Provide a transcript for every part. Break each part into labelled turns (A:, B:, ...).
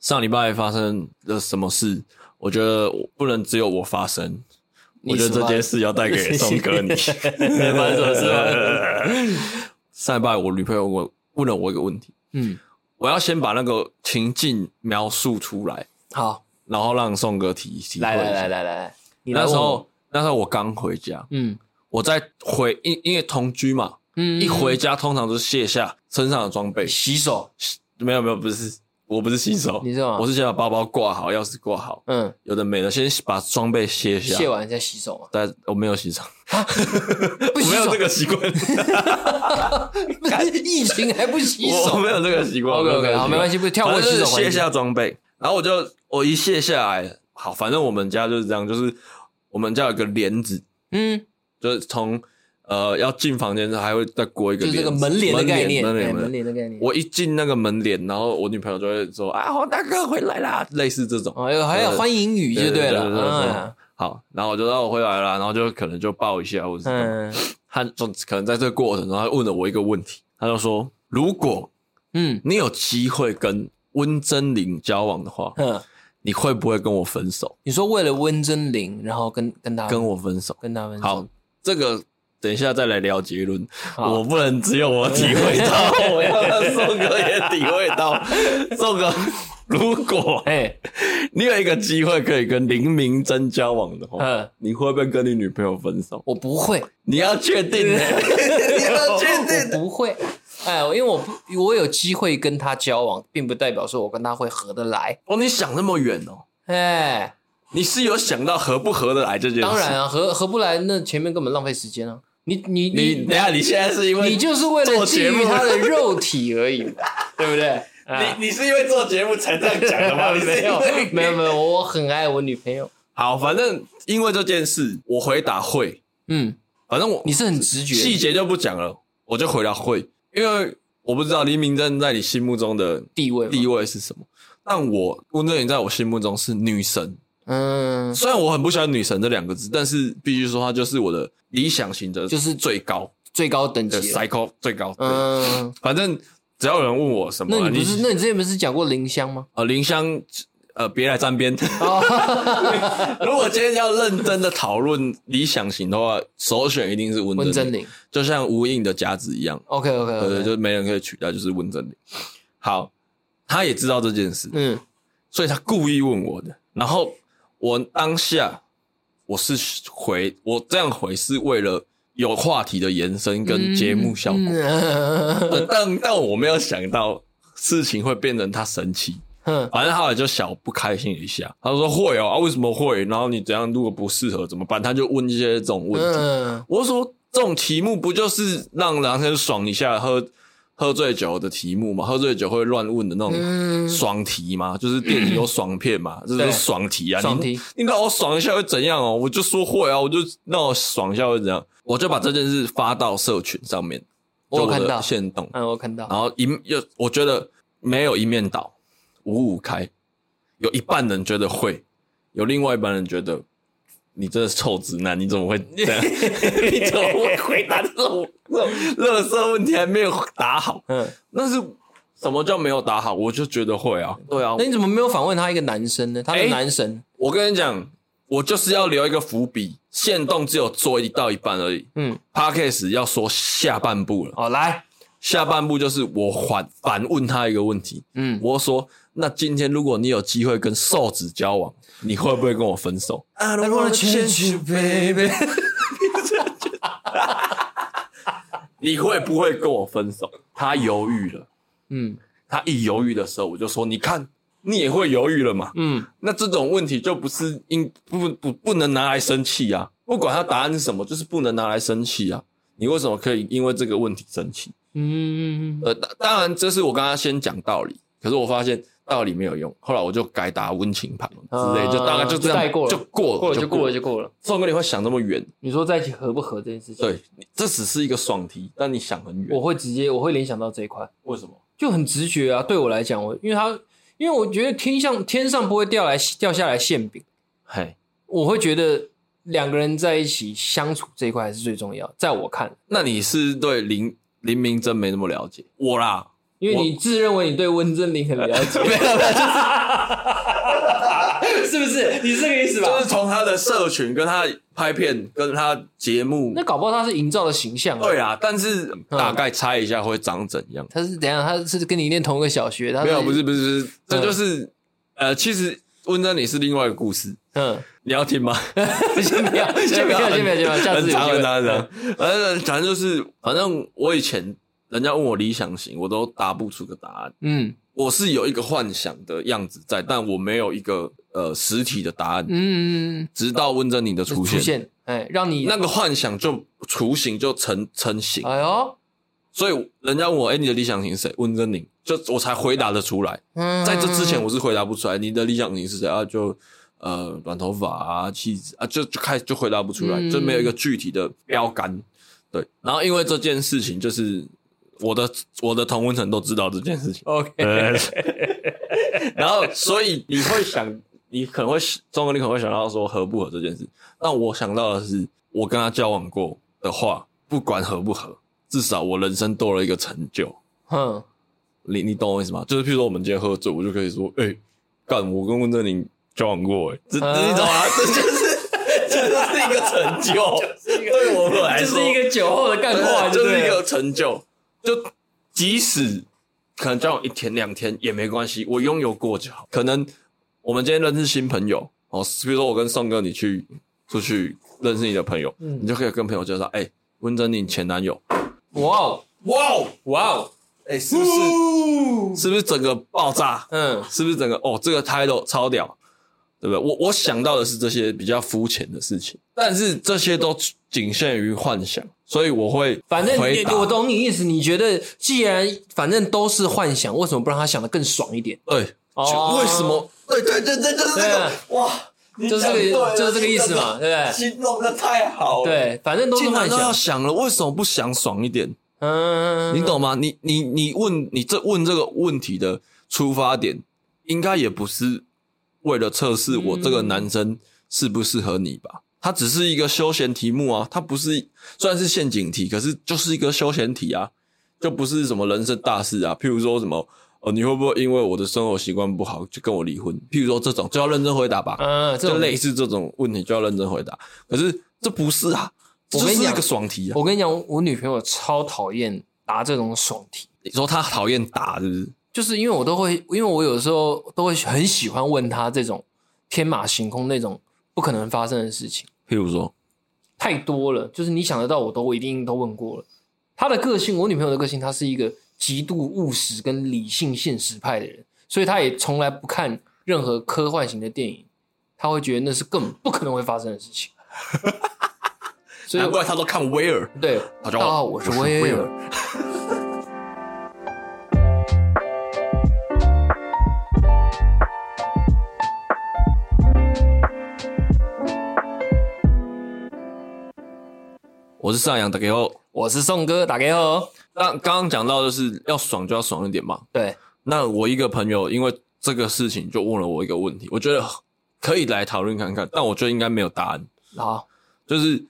A: 上礼拜发生了什么事，我觉得我不能只有我发生。我觉得这件事要带 给松哥你。
B: 发生什么事吗？
A: 上礼拜我女朋友问我问了我一个问题，
B: 嗯，
A: 我要先把那个情境描述出来，
B: 好，
A: 然后让宋哥提提
B: 来
A: 问
B: 来
A: 一下
B: 来来来来，你来
A: 那时
B: 问我
A: 候那时候我刚回家，
B: 嗯
A: 我在回因因为同居嘛，
B: 嗯
A: 一回家通常都是卸下身上的装备，
B: 洗手，
A: 没有没有不是，我不是新手，
B: 你是吗
A: 我是先把包包挂好，钥匙挂好，
B: 嗯，
A: 有的没的，先把装备卸下。
B: 卸完再洗手嘛，
A: 但我没有洗澡，
B: 不
A: 我
B: 洗
A: 没有
B: 手
A: 这，个习惯，
B: 不是疫情还不洗
A: 我我
B: 手
A: 没有这个习惯。
B: ？OK
A: 我有这
B: OK，
A: 个
B: 好，
A: 习惯
B: 没关系，不跳过
A: 反正
B: 洗
A: 就是
B: 手环
A: 卸
B: 节。
A: 下装备，然后我就我一卸下来，好，反正我们家就是这样，就是我们家有一个帘子，
B: 嗯，
A: 就是从呃要进房间的时候还会再裹一个
B: 就是这个
A: 帘子
B: 门帘的概念，
A: 门
B: 哎
A: 帘
B: 门
A: 门帘。
B: 帘的概念。
A: 我一进那个门帘，然后我女朋友就会说：“啊，黄大哥回来啦！”类似这种。
B: 哦，有还有
A: 对
B: 欢迎语就
A: 对
B: 了，
A: 对对对
B: 嗯
A: 好，然后我就让我回来啦，然后就可能就抱一下，或者是
B: 嗯
A: 他就可能在这个过程中，他问了我一个问题，他就说：“如果
B: 嗯
A: 你有机会跟温真菱交往的话，
B: 嗯，
A: 你会不会跟我分手？
B: 你说为了温真菱，然后跟跟他
A: 跟我分手？”
B: 跟他们
A: 好，这个等一下再来聊结论。
B: 好
A: 我不能只有我体会到， 我要让宋哥也体会到。宋哥，如果
B: 哎
A: 你有一个机会可以跟林明真交往的话，
B: 嗯，
A: 你会不会跟你女朋友分手？
B: 我不会，
A: 你要确定欸呢、 你要 确定。
B: 我不会。哎，因为我不，我有机会跟他交往，并不代表说我跟他会合得来。
A: 哦，你想那么远哦，
B: 哎，
A: 你是有想到合不合得来这件事？
B: 当然，啊，合合不来，那前面根本浪费时间啊！你你
A: 你
B: 你
A: 等一下你现在是因为
B: 你就是为了
A: 做
B: 觊
A: 节目
B: 觎他 的肉体而已嘛，对不对？啊
A: 你你是因为做节目才这样讲的吗？你是
B: 没
A: 因
B: 有
A: 为
B: 没有没有，我很爱我女朋友。
A: 好，反正因为这件事，我回答会，
B: 嗯，
A: 反正我
B: 你是很直觉，
A: 细节就不讲了，我就回答会，因为我不知道黎明真在你心目中的
B: 地位嘛
A: 地位是什么。但我温正颖在我心目中是女神，
B: 嗯，
A: 虽然我很不喜欢“女神”这两个字，但是必须说她就是我的理想型的，
B: 就是
A: 最高
B: 最高等
A: 的
B: 级了。
A: cycle 最高。嗯，
B: 嗯，
A: 反正只要有人问我什么，
B: 那你不是？那你之前不是讲过林香吗？
A: 呃林香呃别来沾边。
B: 哦，
A: 如果今天要认真的讨论理想型的话，首选一定是温
B: 温
A: 真
B: 真
A: 菱，
B: 菱。
A: 就像无印的夹子一样，
B: OK OK
A: 对对，
B: OK，
A: 就没人可以取代，就是温真菱。好，他也知道这件事，
B: 嗯
A: 所以他故意问我的。然后我当下我是回我这样回是为了有话题的延伸跟节目效果，
B: 嗯
A: 但但但我没有想到事情会变成他生气。
B: 嗯
A: 反正他也就小不开心了一下，他就说会哦，啊为什么会？然后你怎样如果不适合怎么办？他就问一些这种问题。
B: 嗯
A: 我说这种题目不就是让男生爽一下喝喝醉酒的题目嘛？喝醉酒会乱问的那种
B: 嗯
A: 爽题嘛？就是电影有爽片嘛？这是
B: 对
A: 爽题啊！
B: 爽
A: 你
B: 题
A: 你让我爽一下会怎样哦？我就说会啊，我就让我爽一下会怎样？我就把这件事发到社群上面，
B: 我有
A: 就的
B: 看到
A: 线动，
B: 嗯，我看到。
A: 然后一又我觉得没有一面倒，五五开，有一半人觉得会，有另外一半人觉得你真的是臭直男，你怎么会这 样？你怎么会回答这种这种垃圾问题还没有答好？
B: 嗯，
A: 那是什么叫没有答好？我就觉得会啊，对啊
B: 那，你怎么没有反问他一个男生呢？他的
A: 哎
B: 男神，
A: 我跟你讲，我就是要留一个伏笔，线动只有做一到一半而已。
B: 嗯，
A: Podcast 要说下半部了，
B: 哦，来，
A: 下半部就是我反反问他一个问题，
B: 嗯，
A: 我说，那今天如果你有机会跟瘦子交往，你会不会跟我分手
B: I don't wanna change you,
A: baby。你会不会跟我分手？他犹豫了，
B: 嗯
A: 他一犹豫的时候，我就说，你看，你也会犹豫了嘛？
B: 嗯，
A: 那这种问题就不是应不不不能拿来生气啊！不管他答案是什么，就是不能拿来生气啊！你为什么可以因为这个问题生气？
B: 嗯，
A: 呃，当当然，这是我刚刚先讲道理，可是我发现道理没有用，后来我就改打温情牌之类，
B: 啊
A: 就大概就这样，
B: 就带过了
A: 就过了，
B: 过了就过了
A: 就
B: 就过了。
A: 宋哥，你会想那么远？
B: 你说在一起合不合这件事情，
A: 对，你这只是一个爽题，但你想很远
B: 我，会直接我会联想到这一块，
A: 为什么？
B: 就很直觉啊。对我来讲，我因为他，因为我觉得天上天上不会掉来掉下来馅饼，
A: 嘿，
B: 我会觉得两个人在一起相处这一块还是最重要。在我看，
A: 那你是对林林明真没那么了解我啦，
B: 因为你自认为你对温真菱很了解，
A: 没有，没有就是
C: 是 不是？你是这个意思吧？
A: 就是从他的社群、跟他拍片、跟他节目
B: 那，搞不好他是营造的形象、啊。
A: 对啊，但是大概猜一下会长怎样。
B: 他是怎样？他是跟你念同一个小学？他
A: 没有，不是，不是，不是
B: 嗯
A: 这就是呃，其实温真理是另外一个故事，
B: 嗯，
A: 你要听吗？
B: 先不要，先不要，先不要，先不要，下次
A: 很长
B: 有机会
A: 很长很长。呃，反正就是，反正我以前人家问我理想型，我都答不出个答案。
B: 嗯
A: 我是有一个幻想的样子在，但我没有一个呃实体的答案。
B: 嗯，嗯
A: 直到温真理的
B: 嗯
A: 出
B: 出
A: 现，
B: 现，哎，让你
A: 那个幻想就雏形就成成型。
B: 哎呦，
A: 所以人家问我，哎、你的理想型是谁？温真菱，就我才回答得出来。
B: 嗯，
A: 在这之前，我是回答不出来。你的理想型是谁啊？就呃，短头发啊，气质啊，就就开就回答不出来，
B: 嗯，
A: 就没有一个具体的标杆。对，然后因为这件事情，就是我的我的同温层都知道这件事情
B: OK，
A: 然后所以你会想，你可能会中文，你可能会想到说合不合这件事。但我想到的是，我跟他交往过的话，不管合不合，至少我人生多了一个成就。
B: 嗯，
A: 你你懂我意思吗？就是譬如说我们今天喝醉，我就可以说，哎、干，我跟温振宁交往过、哎，这这
B: 啊
A: 你懂吗？这就是。 这就是一个成就，对我们来
B: 就
A: 说，
B: 是一个酒后的干
A: 真
B: 话，
A: 的就是
B: 对啊
A: 一个成就。就即使可能交往一天两天也没关系，我拥有过就好。可能我们今天认识新朋友哦，比如说我跟宋哥你去出去认识你的朋友，
B: 嗯
A: 你就可以跟朋友介绍，哎、温振宁前男友，
B: 哇哦
A: 哇哦，
B: 哇哦，
A: 哎、是不是？是不是整个爆炸？
B: 嗯
A: 是不是整个哦，这个 title 超屌，对不对？我我想到的是这些比较肤浅的事情，但是这些都仅限于幻想，所以我会
B: 反正
A: 回
B: 你
A: 答
B: 我懂你意思，你觉得既然反正都是幻想，为什么不让他想的更爽一点？
A: 对，
B: 哦
A: 就为什么？对对对对，就是
B: 对啊
A: 哇，
B: 就是这个，就是这个意思嘛，对不对？
A: 形容的太好，
B: 对，反正都是
A: 竟
B: 幻
A: 哦然都要
B: 想，
A: 想了，为什么不想爽一点？
B: 嗯，
A: 你懂吗？你你你问你这问这个问题的出发点，应该也不是为了测试我这
B: 嗯
A: 个男生适不适合你吧？它只是一个休闲题目啊，它不是虽然是陷阱题，可是就是一个休闲题啊，就不是什么人生大事啊。譬如说什么哦，你会不会因为我的生活习惯不好就跟我离婚？譬如说这种就要认真回答吧，
B: 嗯，这
A: 就
B: 种
A: 类似这种问题就要认真回答。可是这不是啊，这
B: 我
A: 就
B: 跟你
A: 是一
B: 讲
A: 个爽题啊。
B: 我跟你讲，我女朋友超讨厌答这种爽题，
A: 你说他讨厌打是不是？
B: 就是因为我都会，因为我有时候都会很喜欢问她这种天马行空那种不可能发生的事情，
A: 譬如说。
B: 太多了，就是你想得到我都我一定都问过了。她的个性，我女朋友的个性，她是一个极度务实跟理性现实派的人，所以她也从来不看任何科幻型的电影，她会觉得那是根本不可能会发生的事 情。所以
A: 难怪他都看威尔。
B: 对，
A: 大
B: 大
A: 家
B: 家
A: 好
B: 好，
A: 哦我
B: 我
A: 是
B: 是
A: 威
B: 威
A: 尔
B: 尔。
A: 我是上扬的给后。
B: 我是宋哥，打给哦。
A: 那刚刚讲到就是要爽就要爽一点嘛。
B: 对，
A: 那我一个朋友因为这个事情就问了我一个问题，我觉得可以来讨论看看，但我觉得应该没有答案。
B: 好，
A: 就是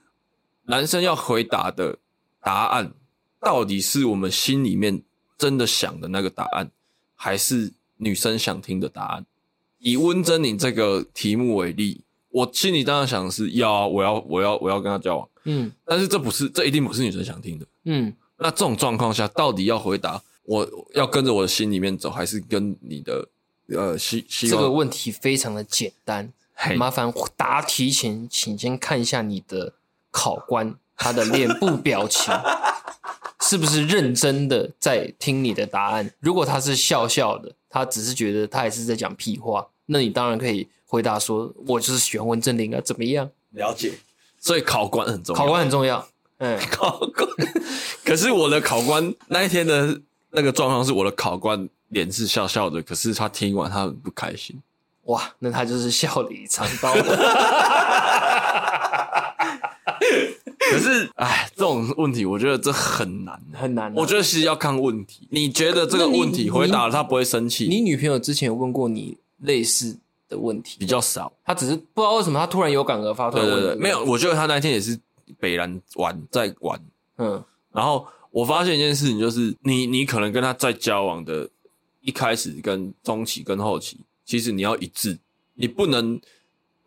A: 男生要回答的答案，到底是我们心里面真的想的那个答案，还是女生想听的答案？以温真你这个题目为例，我心里当然想的是要啊，我要我要我要跟他交往，
B: 嗯
A: 但是这不是这一定不是女生想听的。
B: 嗯，
A: 那这种状况下，到底要回答我要跟着我的心里面走，还是跟你的呃希希
B: 这
A: 望？
B: 个问题非常的简单，
A: 嘿
B: 麻烦答题前请先看一下你的考官 他的脸部表 情，是不是认真的在听你的答案？如果他是笑笑的，他只是觉得他也是在讲屁话，那你当然可以回答说：“我就是喜欢温正林啊，怎么样
A: 了解，所以考官很？”重要。
B: 考官很 重要，嗯，
A: 考官， 可是我的考官那一天的那个状况是，我的考官脸是笑笑的，可是他听完他很不开心。
B: 哇，那他就是笑里藏刀。
A: 可是，哎，这种问题我觉得这很难啊、
B: 很难啊、
A: 我觉得其实要看问题，你觉得这个问
B: 那你
A: 题
B: 你
A: 回答了他不会生气，
B: 你女朋友之前有问过你类似的问题，
A: 比较少。
B: 她只是不知道为什么她突然有感而发，突
A: 对
B: 然
A: 对
B: 问
A: 对，没有，，我觉得他那天也是北兰玩在玩，
B: 嗯
A: 然后我发现一件事情，就是你你可能跟他在交往的一开始、跟中期、跟后期，其实你要一致，你不能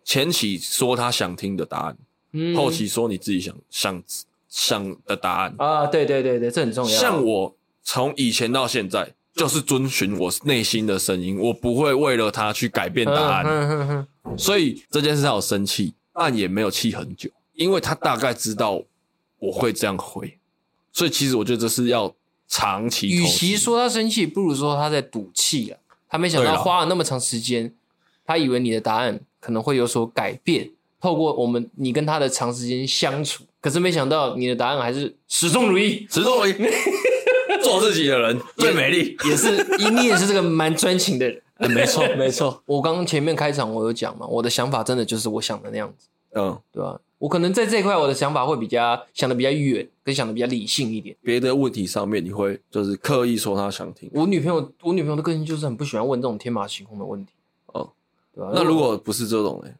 A: 前期说他想听的答案，
B: 嗯
A: 后期说你自己想想想的答案。
B: 啊，对对对对，这很重要。
A: 像我从以前到现在，就是遵循我内心的声音，我不会为了他去改变
B: 嗯
A: 答案。
B: 嗯嗯嗯
A: 所以这件事让我生气，但也没有气很久，因为他大概知道我会这样回，所以其实我觉得这是要长期投资。
B: 与其说他生气，不如说他在赌气啊。他没想
A: 对
B: 到
A: 啦
B: 花了那么长时间，他以为你的答案可能会有所改变，透过我们你跟他的长时间相处，可是没想到你的答案还是始终如一，
A: 始终 为做自己的人 最美丽，
B: 也是你也是这个蛮专 情的人。
A: 哎嗯没错没错，
B: 我刚刚前面开场我有讲嘛，我的想法真的就是我想的那样子。
A: 嗯，
B: 对吧、我可能在这一块我的想法会比较想的比较远，跟想的比较理性一点。
A: 别的问题上面你会就是刻意说他想听
B: 我女朋友，我女朋友的个性就是很不喜欢问这种天马行空的问题，
A: 哦，
B: 对吧、
A: 那如果不是这种哎呢？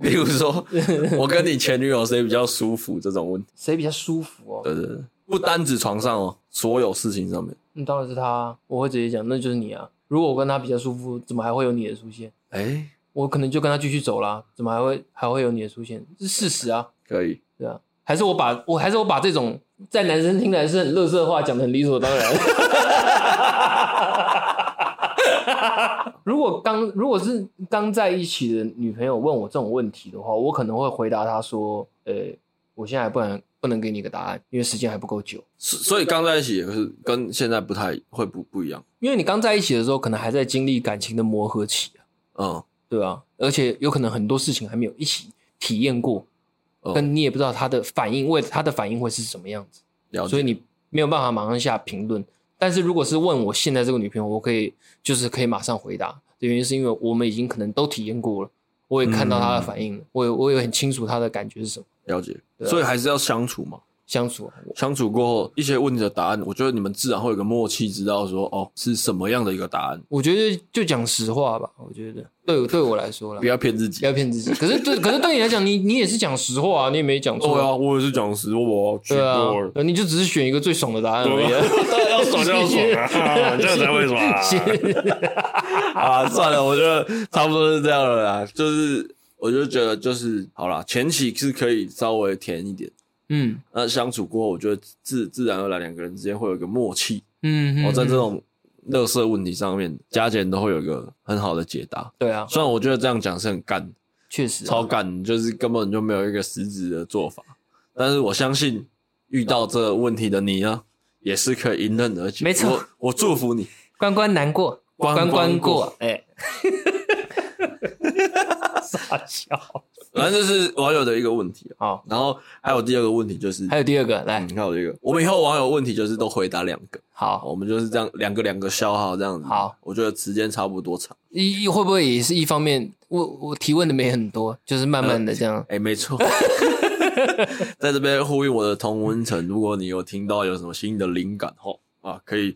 A: 比如 说我跟你前女友谁比较舒服这种问题，
B: 谁比较舒服哦？
A: 对对对，不单指床上哦，所有事情上面，
B: 那当然是他啊，我会直接讲，那就是你啊。如果我跟他比较舒服，怎么还会有你的出现？
A: 哎、
B: 我可能就跟他继续走啦，怎么还会还会有你的出现？这是事实啊，
A: 可以，
B: 对啊。还是我把我还是我把这种在男生听来是很乐色话讲的很理所当然。如果刚如果是刚在一起的女朋友问我这种问题的话，我可能会回答她说：“呃，我现在还不能不能给你一个答案，因为时间还不够久。
A: 所所以刚在一起也是跟现在不太会不不一样，
B: 因为你刚在一起的时候，可能还在经历感情的磨合期啊，
A: 嗯，
B: 对吧、而且有可能很多事情还没有一起体验过，
A: 哦
B: 跟你也不知道他的反应，为他的反应会是什么样子，
A: 了解，
B: 所以你没有办法马上下评论。但是如果是问我现在这个女朋友，我可以就是可以马上回答。的原因是因为我们已经可能都体验过了，我也看到她的反
A: 嗯
B: 应了，我也我也很清楚她的感觉是什么。
A: 了解，
B: 对啊
A: 所以还是要相处嘛。
B: 相处啊，我
A: 相处过后，一些问题的答案，我觉得你们自然会有个默契，知道说哦是什么样的一个答案，
B: 我觉得就讲实话吧，我觉得对对我来说啦
A: 不。要骗自
B: 不
A: 己。
B: 要骗自己。可是对，可是对你来讲，你你也是讲实话啊，你也没讲错
A: 对啊，我也是讲实话，我去
B: 对啊
A: 过了，
B: 你就只是选一个最爽的答案而已、
A: 当然要啊爽就要爽 啊，这样才会爽啊！啊，算了，我觉得差不多是这样了啦。就是，我就觉得就是好啦，前期是可以稍微甜一点，
B: 嗯
A: 那相处过后，我觉得自自然而然两个人之间会有一个默契。
B: 嗯，
A: 我、在这
B: 嗯
A: 种乐色问题上面，加减都会有一个很好的解答。
B: 对啊，
A: 虽然我觉得这样讲是很干，
B: 确实啊、
A: 超干，就是根本就没有一个实质的做法。但是我相信遇到这个问题的你呢，也是可以迎刃而解。
B: 没错
A: 我，我祝福你。
B: 关关难过，
A: 关关
B: 关
A: 过，
B: 哎、傻笑。
A: 反正就是网友的一个问题啊
B: 好，
A: 然后还有第二个问题就是，
B: 还有第二个，来，
A: 嗯还有这个，我们以后网友问题就是都回答两个，好
B: 好，
A: 我们就是这样两个两个消耗这样子。
B: 好，
A: 我觉得时间差不多长。
B: 一一会不会也是一方面？我我提问的没很多，就是慢慢的这样。
A: 哎、没错， 在这边呼吁我的同温层，如果你有听到有什么新的灵感吼啊，可以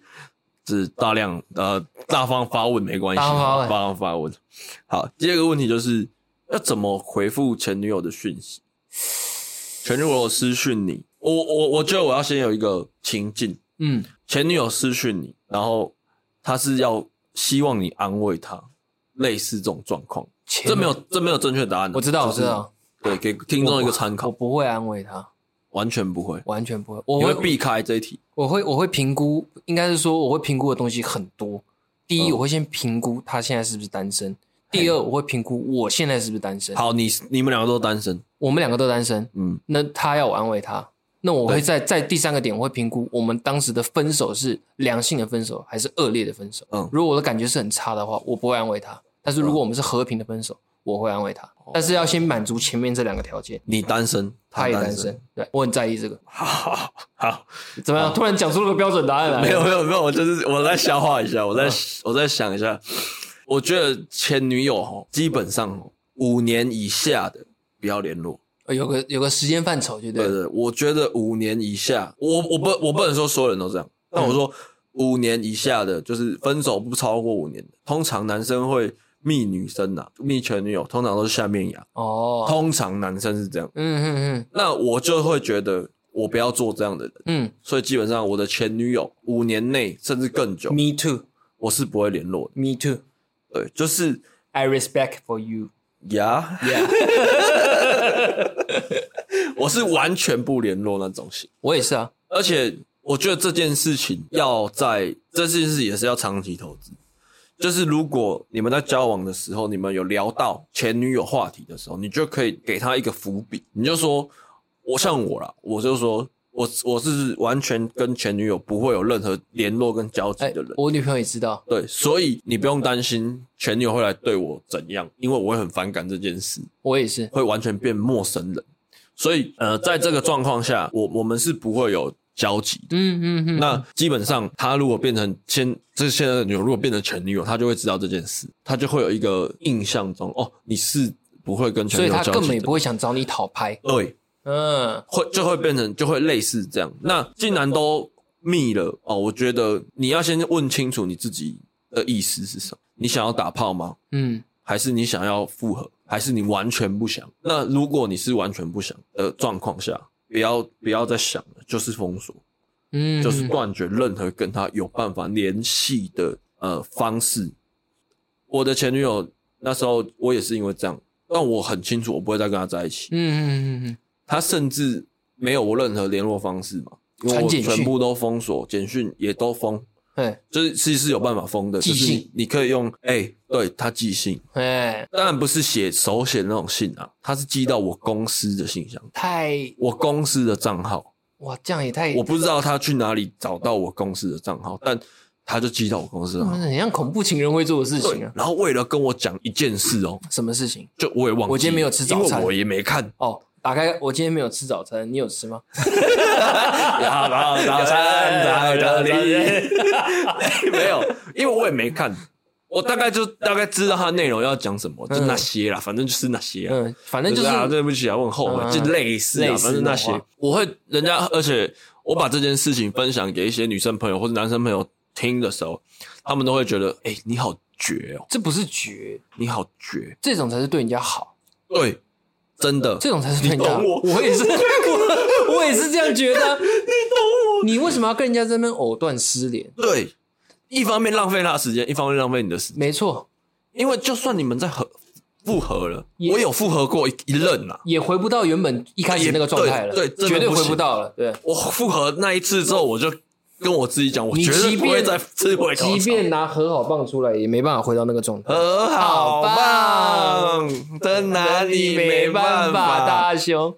A: 是大量呃大方发问没关系，
B: 大方发问
A: 大方发问。好，第二个问题就是要怎么回复前女友的讯息？前女友私讯你，我我我觉得我要先有一个情境，
B: 嗯
A: 前女友私讯你，然后她是要希望你安慰她，类似这种状况，
B: 前
A: 这没有这没有正确答案啊，
B: 我知道，
A: 就
B: 我
A: 是
B: 知道，
A: 对，给听众一个参
B: 啊我
A: 考，
B: 不会安慰他，
A: 完全不会，
B: 完全不会。我
A: 你
B: 会
A: 会避开这一题。
B: 我会我会评估，应该是说我会评估的东西很多。第一，
A: 嗯
B: 我会先评估他现在是不是单身；第二，我会评估我现在是不是单身。，
A: 好，你你们两个都单身，
B: 我们两个都单身，
A: 嗯，
B: 那他要我安慰他，那我会
A: 对
B: 在在第三个点，我会评估我们当时的分手是良性的分手还是恶劣的分手。
A: 嗯
B: 如果我的感觉是很差的话，我不会安慰他；但是如果我们是和平的分手，我会安慰他。但是要先满足前面这两个条件。
A: 你单身，
B: 他也单
A: 身
B: 身，，对我很在意这个。
A: 好 好好，
B: 怎么样？突然讲出了个标准答案 来？
A: 没有没有没有，我就是我再消化一下，我
B: 啊
A: 再我再想一下，我觉得前女友吼，基本上吼五年以下的不要联络。
B: 呃，有个有个时间范畴，就对
A: 对
B: 了。
A: 对，我觉得五年以下，我我不我不能说所有人都这
B: 嗯
A: 样，但我说五年以下的，就是分手不超过五年的，通常男生会密女生呐、密前女友，通常都是下面痒，
B: 哦，
A: 通常男生是这样。
B: 嗯嗯嗯，
A: 那我就会觉得，我不要做这样的人。
B: 嗯
A: 所以基本上我的前女友五年内甚至更久，
B: ，Me too，Me
A: 我是不会联络的。
B: too，I
A: 对，就是
B: respect for you。
A: 呀
B: Yeah，
A: 我是完全不联络那种型。
B: 我也是啊。
A: 而且我觉得这件事情要在这件事也是要长期投资。就是如果你们在交往的时候，你们有聊到前女友话题的时候，你就可以给她一个伏笔，你就说，我像我啦，我就说我我是完全跟前女友不会有任何联络跟交集
B: 哎、
A: 的人。
B: 我女朋友也知道。
A: 对，所以你不用担心前女友会来对我怎样，因为我会很反感这件事，
B: 我也是，
A: 会完全变陌生人。所以，呃，在这个状况下，我我们是不会有交集的。
B: 嗯嗯嗯，
A: 那基本上，他如果变成现，这现在的女友如果变成前女友，他就会知道这件事，他就会有一个印象中，哦，你是不会跟前
B: 所
A: 女
B: 以
A: 友
B: 他
A: 交
B: 根本
A: 集
B: 也
A: 的。
B: 不会想找你讨拍。
A: 对，
B: 嗯，
A: 会就会变成就会类似这样。那既然都密了哦，我觉得你要先问清楚你自己的意思是什么。你想要打炮吗？
B: 嗯，
A: 还是你想要复合？还是你完全不想？那如果你是完全不想的状况下，不要不要再想了，就是封锁，
B: 嗯，
A: 就是断绝任何跟他有办法联系的呃方式。我的前女友那时候我也是因为这样，但我很清楚我不会再跟她在一起。
B: 嗯，嗯嗯嗯
A: 他甚至没有我任何联络方式嘛，因为
B: 传
A: 我
B: 简讯
A: 全部都封锁，简讯也都封，
B: 嗯，
A: 就是其实是有办法封的，
B: 寄
A: 就是
B: 信
A: 你你可以用哎、对他寄信，
B: 哎哎，
A: 当然不是写手写的那种信啊，他是寄到我公司的信箱，
B: 太
A: 我公司的账号，
B: 哇，这样也太，
A: 我不知道他去哪里找到我公司的账号，但他就寄到我公司的账号。
B: 很像恐怖情人会做的事
A: 对
B: 情嗯啊，。
A: 然后为了跟我讲一件事哦，
B: 什么事情？
A: 就我也忘记了，
B: 我今天没有吃早餐。
A: 因为我也没看
B: 哦，打开，我今天没有吃早餐，你有吃吗？
A: 然后早餐在哪里？没有，因为我也没看，我大概就大概知道他内容要讲什么，就那些啦，反正就是那些啊。
B: 嗯，反正就是，
A: 啊，对不起啊，我很后
B: 嗯
A: 悔，就类似
B: 类
A: 啊，
B: 似
A: 反正那
B: 那种
A: 些
B: 话，
A: 我会人家，而且我把这件事情分享给一些女生朋友或者男生朋友听的时候，他们都会觉得，哎，你好绝哦，
B: 这不是绝，
A: 你好绝，
B: 这种才是对人家好，
A: 对，真的，
B: 这种才是对人家好。
A: 你懂我
B: 也是，我我也是这样觉得 啊。你懂我？你为什么要跟人家这边藕断丝连？
A: 对，一方面浪费他的时间，一方面浪费你的时间，
B: 没错，
A: 因为就算你们在合复合了，
B: 也
A: 我有复合过一一任啊。
B: 也回不到原本一开始那个状态了，
A: 对对真的
B: 绝对
A: 不
B: 回
A: 行
B: 不到了。对，
A: 我复合那一次之后，我就跟我自己讲，我
B: 你
A: 绝
B: 即
A: 对
B: 便
A: 不会再吃回头草。
B: 即便拿和好棒出来，也没办法回到那个状态。
A: 和好棒，真拿你没办法，
B: 大 雄。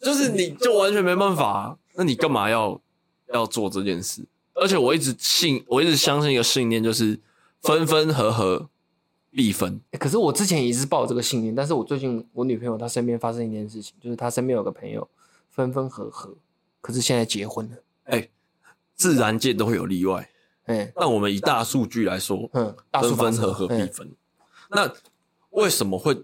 A: 就是你就完全没办法啊、那你干嘛要要做这件事？而且我一直信，我一直相信一个信念，就是分分合合必分。
B: 欸可是我之前也是抱这个信念，但是我最近我女朋友她身边发生一件事情，就是她身边有个朋友分分合合，可是现在结婚了。
A: 哎、自然界都会有例外，
B: 哎、
A: 但我们以大数据来说，
B: 嗯，大数
A: 分
B: 法
A: 分
B: 则
A: 合合必
B: 哎
A: 分。那为什么会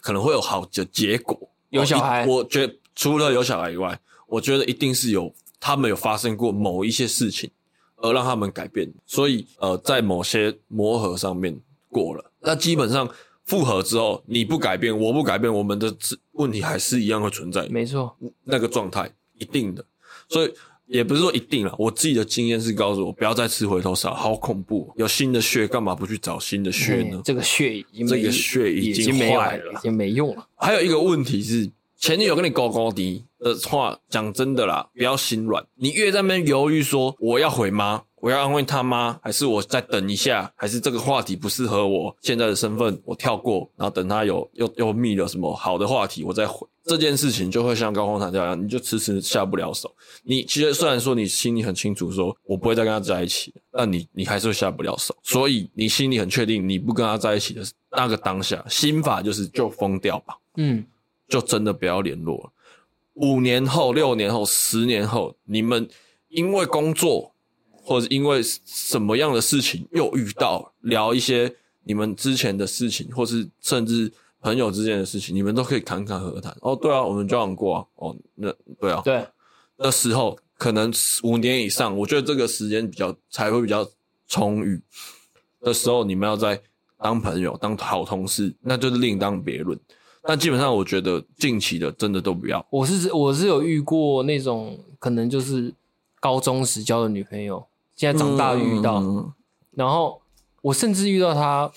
A: 可能会有好的结果？
B: 有
A: 哦
B: 小
A: 一
B: 孩
A: 我觉得除了有小孩以外，我觉得一定是有他们有发生过某一些事情，而让他们改变。所以呃，在某些磨合上面过了，那基本上复合之后，你不改变，我不改变，我们的问题还是一样会存在。
B: 哎没错，
A: 那个状态，一定的。所以也不是说一定啦，我自己的经验是告诉我，不要再吃回头草，好恐怖哦、有新的血，干嘛不去找新的血
B: 哎
A: 呢？
B: 这个血已经没
A: 这个血
B: 已
A: 已经
B: 没有
A: 坏了
B: 已经没用了。
A: 还有一个问题是，前女友跟你勾勾的的话，讲真的啦，不要心软。你越在那边犹豫说我要回妈，我要安慰他妈，还是我再等一下，还是这个话题不适合我现在的身份，我跳过，然后等他有又又密了什么好的话题，我再回。这件事情就会像高空弹跳一样，你就迟迟下不了手。你其实虽然说你心里很清楚说我不会再跟他在一起，但你你还是会下不了手。所以你心里很确定你不跟他在一起的那个当下，心法就是就疯掉吧。
B: 嗯，
A: 就真的不要联络了。五年后、六年后、十年后，你们因为工作或者因为什么样的事情又遇到，聊一些你们之前的事情，或是甚至朋友之间的事情，你们都可以侃侃而谈。哦，对啊，我们交往过啊。哦，那对啊，
B: 对，
A: 那时候可能五年以上，我觉得这个时间比较才会比较充裕的时候，你们要在当朋友、当好同事，那就是另当别论。但基本上我觉得近期的真的都不要。
B: 我是我是有遇过那种可能就是高中时交的女朋友，现在长大遇到，
A: 嗯
B: 然后我甚至遇到她，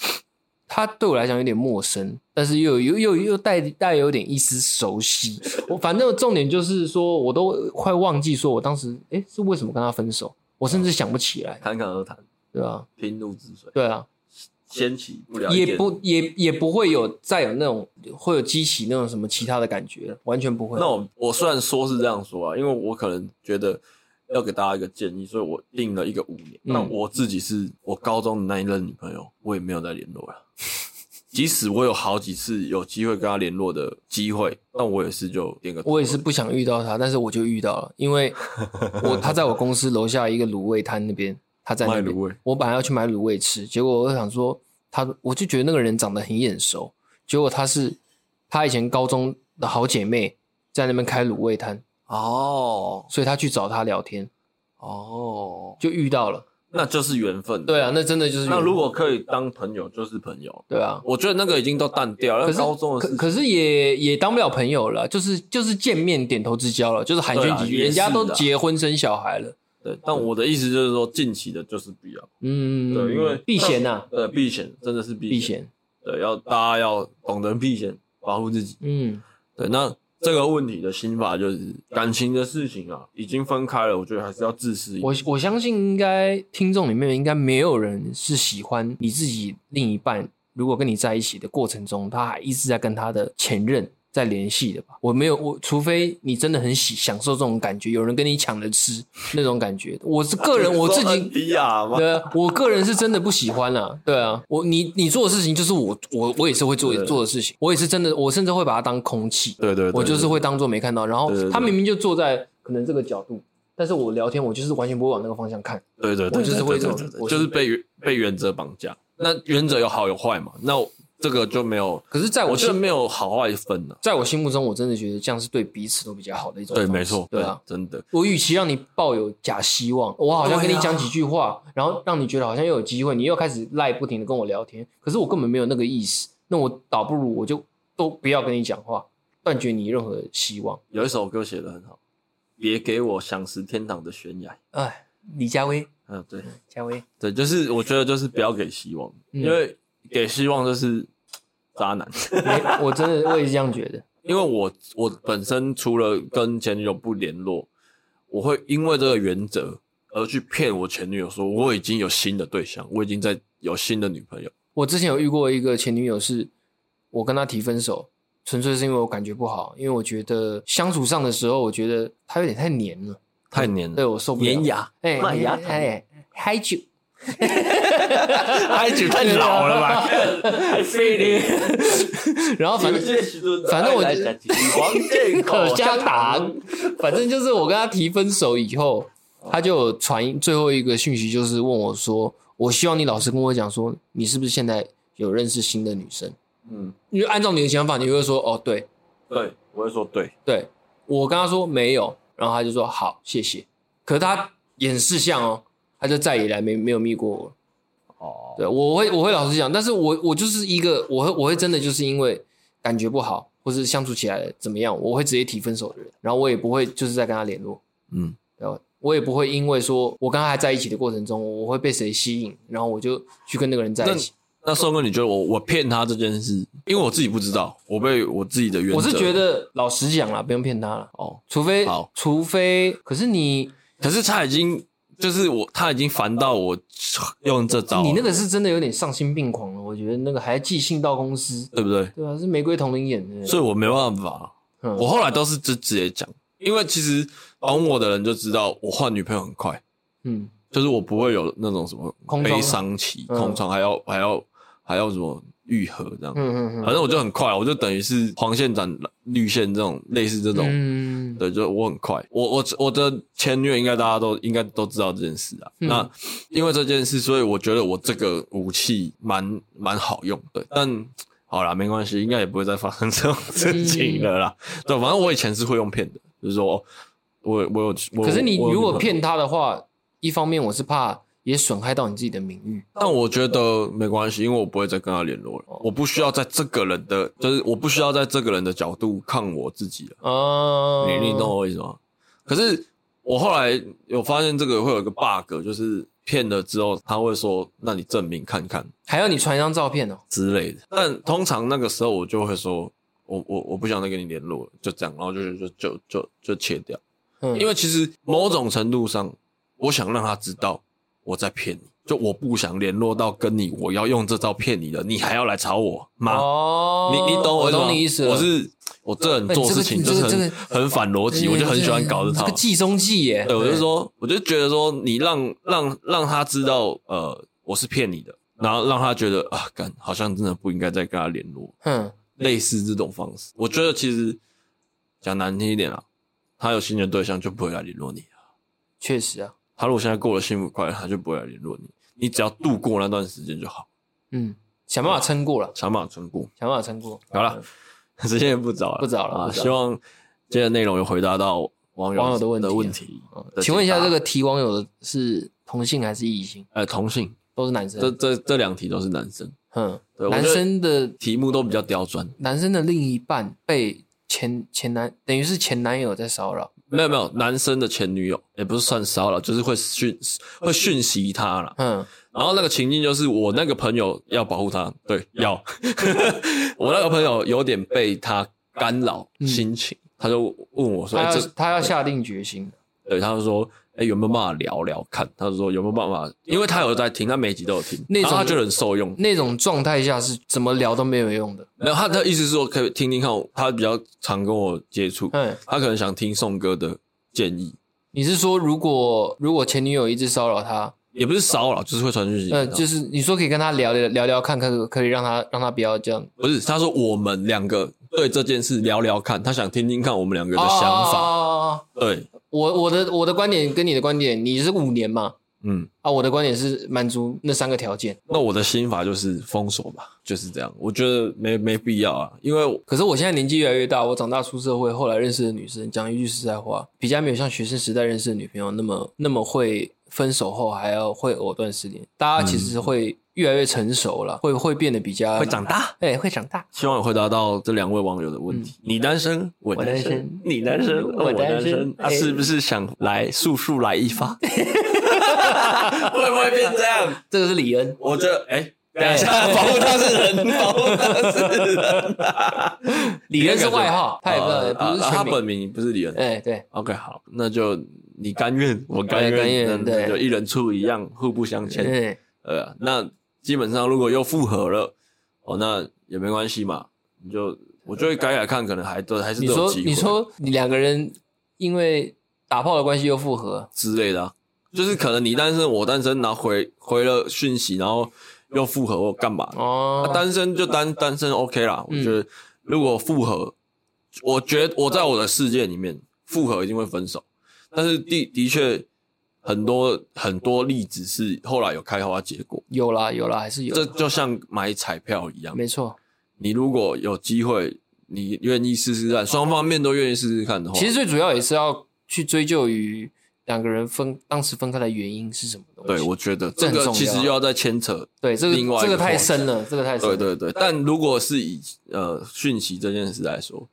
B: 她对我来讲有点陌生，但是又有又又又带带有点一丝熟悉。我反正重点就是说，我都快忘记说我当时诶是为什么跟她分手，我甚至想不起来，
A: 侃侃而谈，
B: 对吧？
A: 平路止水，
B: 对啊，
A: 掀起不了一
B: 也
A: 点。
B: 不也也不会有再有那种会有激起那种什么其他的感觉了，完全不会。
A: 那我我虽然说是这样说啊，因为我可能觉得要给大家一个建议，所以我定了一个五年。
B: 嗯
A: 那、我自己是我高中的那一任女朋友，我也没有再联络了。即使我有好几次有机会跟她联络的机会，那我也是就点个头
B: 我也是不想遇到他，但是我就遇到了，因为我他在我公司楼下一个卤味摊那边，他在那
A: 卖卤味
B: 边。我本来要去买卤味吃，结果我想说他，我就觉得那个人长得很眼熟，结果他是他以前高中的好姐妹在那边开卤味摊，
A: 哦
B: 所以他去找他聊天，
A: 哦，
B: 就遇到了。
A: 那就是缘分。
B: 对啊，那真的就是
A: 那如果可以当朋友，就是朋友。
B: 对啊，
A: 我觉得那个已经都淡掉了，
B: 可
A: 那
B: 是
A: 高中的
B: 可
A: 事情。
B: 可是也也当不了朋友了，就是就是见面点头之交了，就是寒
A: 对
B: 暄
A: 啊
B: 几句，
A: 也
B: 人家
A: 是
B: 都
A: 啦
B: 结婚生小孩了，
A: 对，但我的意思就是说，近期的就是必要，
B: 嗯，
A: 对，因为
B: 避嫌呐、
A: 呃，避嫌真的是避
B: 避
A: 嫌。
B: 嫌，
A: 对，要大家要懂得避嫌，保护自己。
B: 嗯。
A: 对，那这个问题的心法就是感情的事情啊，已经分开了，我觉得还是要自私一点。
B: 我我相信应该听众里面应该没有人是喜欢你自己另一半，如果跟你在一起的过程中，他还一直在跟他的前任在联系的吧？我没有，我除非你真的很喜享受这种感觉，有人跟你抢着吃那种感觉。我是 个人，我自己
A: 低雅嘛，
B: 对啊，我个人是真的不喜欢啦、对啊，我你你做的事情就是我我我也是会做
A: 对
B: 做的事情，我也是真的，我甚至会把它当空气。
A: 对对对，
B: 我就是会当做没看到。然后
A: 对对对
B: 他明明就坐在可能这个角度，但是我聊天我就是完全不会往那个方向看。
A: 对对对，
B: 我就是
A: 对
B: 会
A: 对
B: 这种
A: 对对
B: 我
A: 就是是被原被原则绑架。那原则有好有坏嘛？那我这个就没有，
B: 可是，在
A: 我
B: 哎我
A: 觉得
B: 心
A: 没有好坏分了。
B: 在我心目中，我真的觉得这样是对彼此都比较好的一种。
A: 对，没错，
B: 对啊。，
A: 真的，
B: 我与其让你抱有假希望，我好像跟你
A: 对啊
B: 讲几句话，然后让你觉得好像又有机会，你又开始赖不停的跟我聊天，可是我根本没有那个意思。那我倒不如我就都不要跟你讲话，断绝你任何希望。
A: 有一首歌写的很好，别给我想食天堂的悬崖。
B: 哎，李佳薇，
A: 嗯，对。
B: 佳薇，
A: 对，就是我觉得就是不要给希望，
B: 嗯
A: 因为给希望就是渣男。
B: 没，我真的我也是这样觉得。
A: 因为我我本身除了跟前女友不联络，我会因为这个原则而去骗我前女友说我已经有新的对象，我已经在有新的女朋友。
B: 我之前有遇过一个前女友是，我跟她提分手，纯粹是因为我感觉不好，因为我觉得相处上的时候，我觉得她有点太黏了，
A: 太黏
B: 对
A: 了，
B: 我受不了。
A: 嗯黏，牙，
B: 哎，
A: 麦芽糖
B: 哎，嗨酒，
A: 太久太老了吧？还非得，
B: 然后反 正
A: 正
B: 反正我觉得
A: 黄健
B: 口香糖，反正就是我跟她提分手以后，她就有传最后一个讯息，就是问我说，我希望你老实跟我讲说，你是不是现在有认识新的女生？
A: 嗯，
B: 因为按照你的想法，你会说，哦，对，
A: 对，我会说对，
B: 对我跟他说没有，然后他就说好，谢谢。可是他演示像哦，他就再也来没没有密过我了。
A: 哦，
B: 对我会我会老实讲，但是我我就是一个我会我会真的就是因为感觉不好，或是相处起来怎么样，我会直接提分手的人。然后我也不会就是再跟他联络，
A: 嗯，
B: 对吧？我也不会因为说我跟他还在一起的过程中，我会被谁吸引，然后我就去跟那个人在一起。
A: 那宋哥，你觉得我我骗他这件事，因为我自己不知道，我被我自己的原则，
B: 我是觉得老实讲啦，不用骗他了，
A: 哦，
B: 除非
A: 好
B: 除非，可是你
A: 可是他已经就是我，他已经烦到我用这招了，
B: 你那个是真的有点丧心病狂了，我觉得那个还寄信到公司，
A: 对不对？
B: 对啊，是玫瑰同林演的，
A: 所以我没办法，
B: 嗯
A: 我后来都是直直接讲，因为其实懂我的人就知道我换女朋友很快，
B: 嗯，
A: 就是我不会有那种什么
B: 空窗啊
A: 悲伤期、
B: 嗯
A: 空窗，还要还要还要什么愈合这样，
B: 嗯嗯
A: 反正我就很快，我就等于是黄线斩绿线这种类似这种。
B: 嗯，
A: 对，就我很快，我我我的前女友应该大家都应该都知道这件事啊。
B: 嗯
A: 那因为这件事，所以我觉得我这个武器蛮蛮好用，对。但好啦，没关系，应该也不会再发生这种事情了啦。
B: 嗯
A: 对，反正我以前是会用骗的，就是说我我有我有。
B: 可是你
A: 我有
B: 如
A: 女朋友
B: 果骗他的话，一方面我是怕也损害到你自己的名誉。
A: 但我觉得没关系，因为我不会再跟他联络了。
B: 哦
A: 我不需要在这个人的，就是我不需要在这个人的角度看我自己了。
B: 哦，
A: 你你懂我意思吗？可是我后来有发现这个会有一个 bug，就是骗了之后他会说：“那你证明看看
B: 还要你传一张照片哦。
A: 之类的。”但通常那个时候我就会说：“我我我不想再跟你联络了，就这样。”然后就就就就就切掉。
B: 嗯，
A: 因为其实某种程度上，我想让他知道我在骗你，就我不想联络到跟你，我要用这招骗你的，你还要来吵我妈。
B: 哦，
A: 你你懂意
B: 我
A: 思吗
B: 懂你意思了。
A: 我是我这人
B: 哎
A: 做
B: 这个
A: 事情
B: 这
A: 就是
B: 个
A: 很、
B: 这个
A: 很反逻辑，
B: 对
A: 我就很喜欢搞这
B: 这
A: 套
B: 嗯个。计中计耶。
A: 对，我就说，我就觉得说，你让让让他知道，呃，我是骗你的，然后让他觉得啊，干，好像真的不应该再跟他联络，
B: 嗯，
A: 类似这种方式。我觉得其实讲难听一点啊，他有新的对象就不会来联络你。啊
B: 确实啊，
A: 他如果现在过得幸福快乐，他就不会来联络你。你只要度过那段时间就好，
B: 嗯，想办法撑过了，
A: 想办法撑过。
B: 想办法撑过。
A: 好了， 时间也不早了，
B: 不早了
A: 啊！
B: 不早了
A: 希望今天的内容有回答到网友
B: 网友的问题啊
A: 的问题
B: 嗯，
A: 的解答
B: 请问一下，这个提网友的是同性还是异性？
A: 呃同性，
B: 都是男
A: 这
B: 生。
A: 这这两题都是男生，
B: 嗯，
A: 对我
B: 男
A: 觉得
B: 生的
A: 题目都比较刁钻。
B: 男生的另一半被前前男等于是前男友在骚扰，
A: 没有没有，男生的前女友也不是算骚扰，就是会讯会讯息他啦。
B: 嗯，
A: 然后那个情境就是我那个朋友要保护他，对，要 我那个朋友有点被他干扰心情，他就问我说：“
B: 嗯他
A: 哎、
B: 要
A: 这
B: 他要下定决心，
A: 对，他就说，哎、有没有办法聊聊看？他就说有没有办法，因为他有在听，他每集都有听，
B: 那
A: 然后他
B: 种
A: 觉得很受用。
B: 那种状态下是怎么聊都没有用的。
A: 没有，他的意思是说可以听听看我，他比较常跟我接触，
B: 嗯，
A: 他可能想听宋哥的建议，
B: 你是说如果如果前女友一直骚扰他，
A: 也不是骚扰，就是会传讯息给他。
B: 嗯，就是你说可以跟他聊聊聊聊看，可可以让他让他不要这样
A: 不是，他说我们两个对这件事聊聊看，他想听听看我们两个的想
B: 哦
A: 法。
B: 法。
A: 对，
B: 我我的我的观点跟你的观点，你是五年嘛？
A: 嗯，
B: 啊，我的观点是满足那三个条件。
A: 那我的心法就是封锁吧，就是这样。我觉得没没必要啊，因为我
B: 可是我现在年纪越来越大，我长大出社会，后来认识的女生，讲一句实在话，比较没有像学生时代认识的女朋友那么那么会分手后还要会藕断丝连。大家其实会越来越成熟了，会会变得比较，
A: 大。
B: 哎、会长大。
A: 希望有回答到这两位网友的问题。你单身，我
B: 嗯我单身
A: 你单身，
B: 我
A: 我
B: 单
A: 单
B: 身
A: 身，他、
B: 哎
A: 是不是想来速速来一 发？会不会变这样？
B: 这个是李恩，
A: 我觉得，哎、等一下，保护当事人，保护当事人、 啊。
B: 李恩是外号，他也不、
A: 呃
B: 不是
A: 啊他
B: 全名。
A: 本名不是李恩。
B: 哎、对，
A: OK，好，那就你甘愿，我甘
B: 哎我也甘
A: 愿，
B: 愿
A: 那那
B: 对
A: 就一人出一样，互不相
B: 哎、
A: 欠。呃，那基本上如果又复合了，哦，那也没关系嘛，你就我觉得改改看，可能还都还是
B: 你
A: 都有
B: 说
A: 机会
B: 你说你两个人因为打炮的关系又复合，
A: 之类的、啊，就是可能你单身，我单身，然后回回了讯息，然后又复合或干嘛的？
B: 哦
A: 啊，单身就单单身 OK 啦，我
B: 嗯
A: 觉得如果复合，我觉得我在我的世界里面复合一定会分手，但是的的确很多很多例子是后来有开花结果，
B: 有啦有啦，还是有
A: 这
B: 啦，
A: 就像买彩票一样，
B: 没错。
A: 你如果有机会，你愿意试试看，双方面都愿意试试看的话，
B: 其实最主要也是要去追究于两个人分当时分开的原因是什么东
A: 对
B: 西。
A: 我觉得
B: 这
A: 这
B: 很
A: 个
B: 重要啊
A: 其实又要再牵扯
B: 对，这
A: 另外
B: 个
A: 一
B: 这
A: 个
B: 个太
A: 话题
B: 深了，这个太深
A: 对
B: 了。
A: 对对，但如果是以呃讯息这件事来说，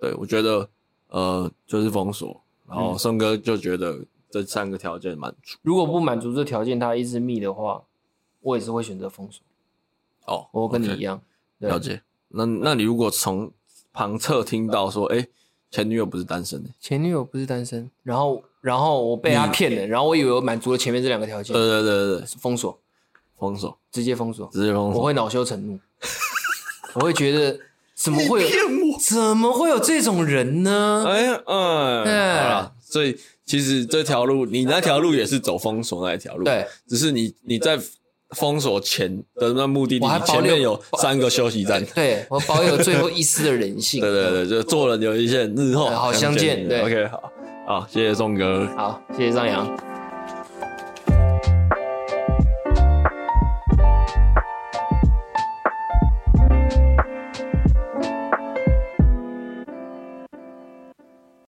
A: 对我觉得呃就是封锁，然
B: 嗯
A: 后宋哥就觉得这三个条件满足
B: 如果不满足这条件，他一直密的话，我也是会选择封锁。
A: 哦，
B: 我跟你
A: OK，
B: 一样对
A: 了解。那那你如果从旁侧听到说，哎、前女友不是单身的、
B: 前女友不是单身，然后然后我被他骗
A: 嗯
B: 了，然后我以为我满足了前面这两个条件
A: 对，对对对对，
B: 封锁，
A: 封锁，
B: 直接封锁，
A: 直接呃封
B: 我
A: 锁。
B: 会恼羞成怒， 我会觉得怎么会有
A: 我！
B: 怎么会有这种人呢？
A: 哎呀，嗯，
B: 哎
A: 好了，所以其实这条路，你那条路也是走封锁那一条路，
B: 对，
A: 只是你你在封锁前的那目的地，
B: 我还
A: 你
B: 保
A: 前面
B: 留
A: 有三个休息站，
B: 对我保有最后一丝的人性。
A: 对对对，就做人留一线，日后
B: 好相见对
A: ，OK，好，好，谢谢宋哥。
B: 好，谢谢张扬。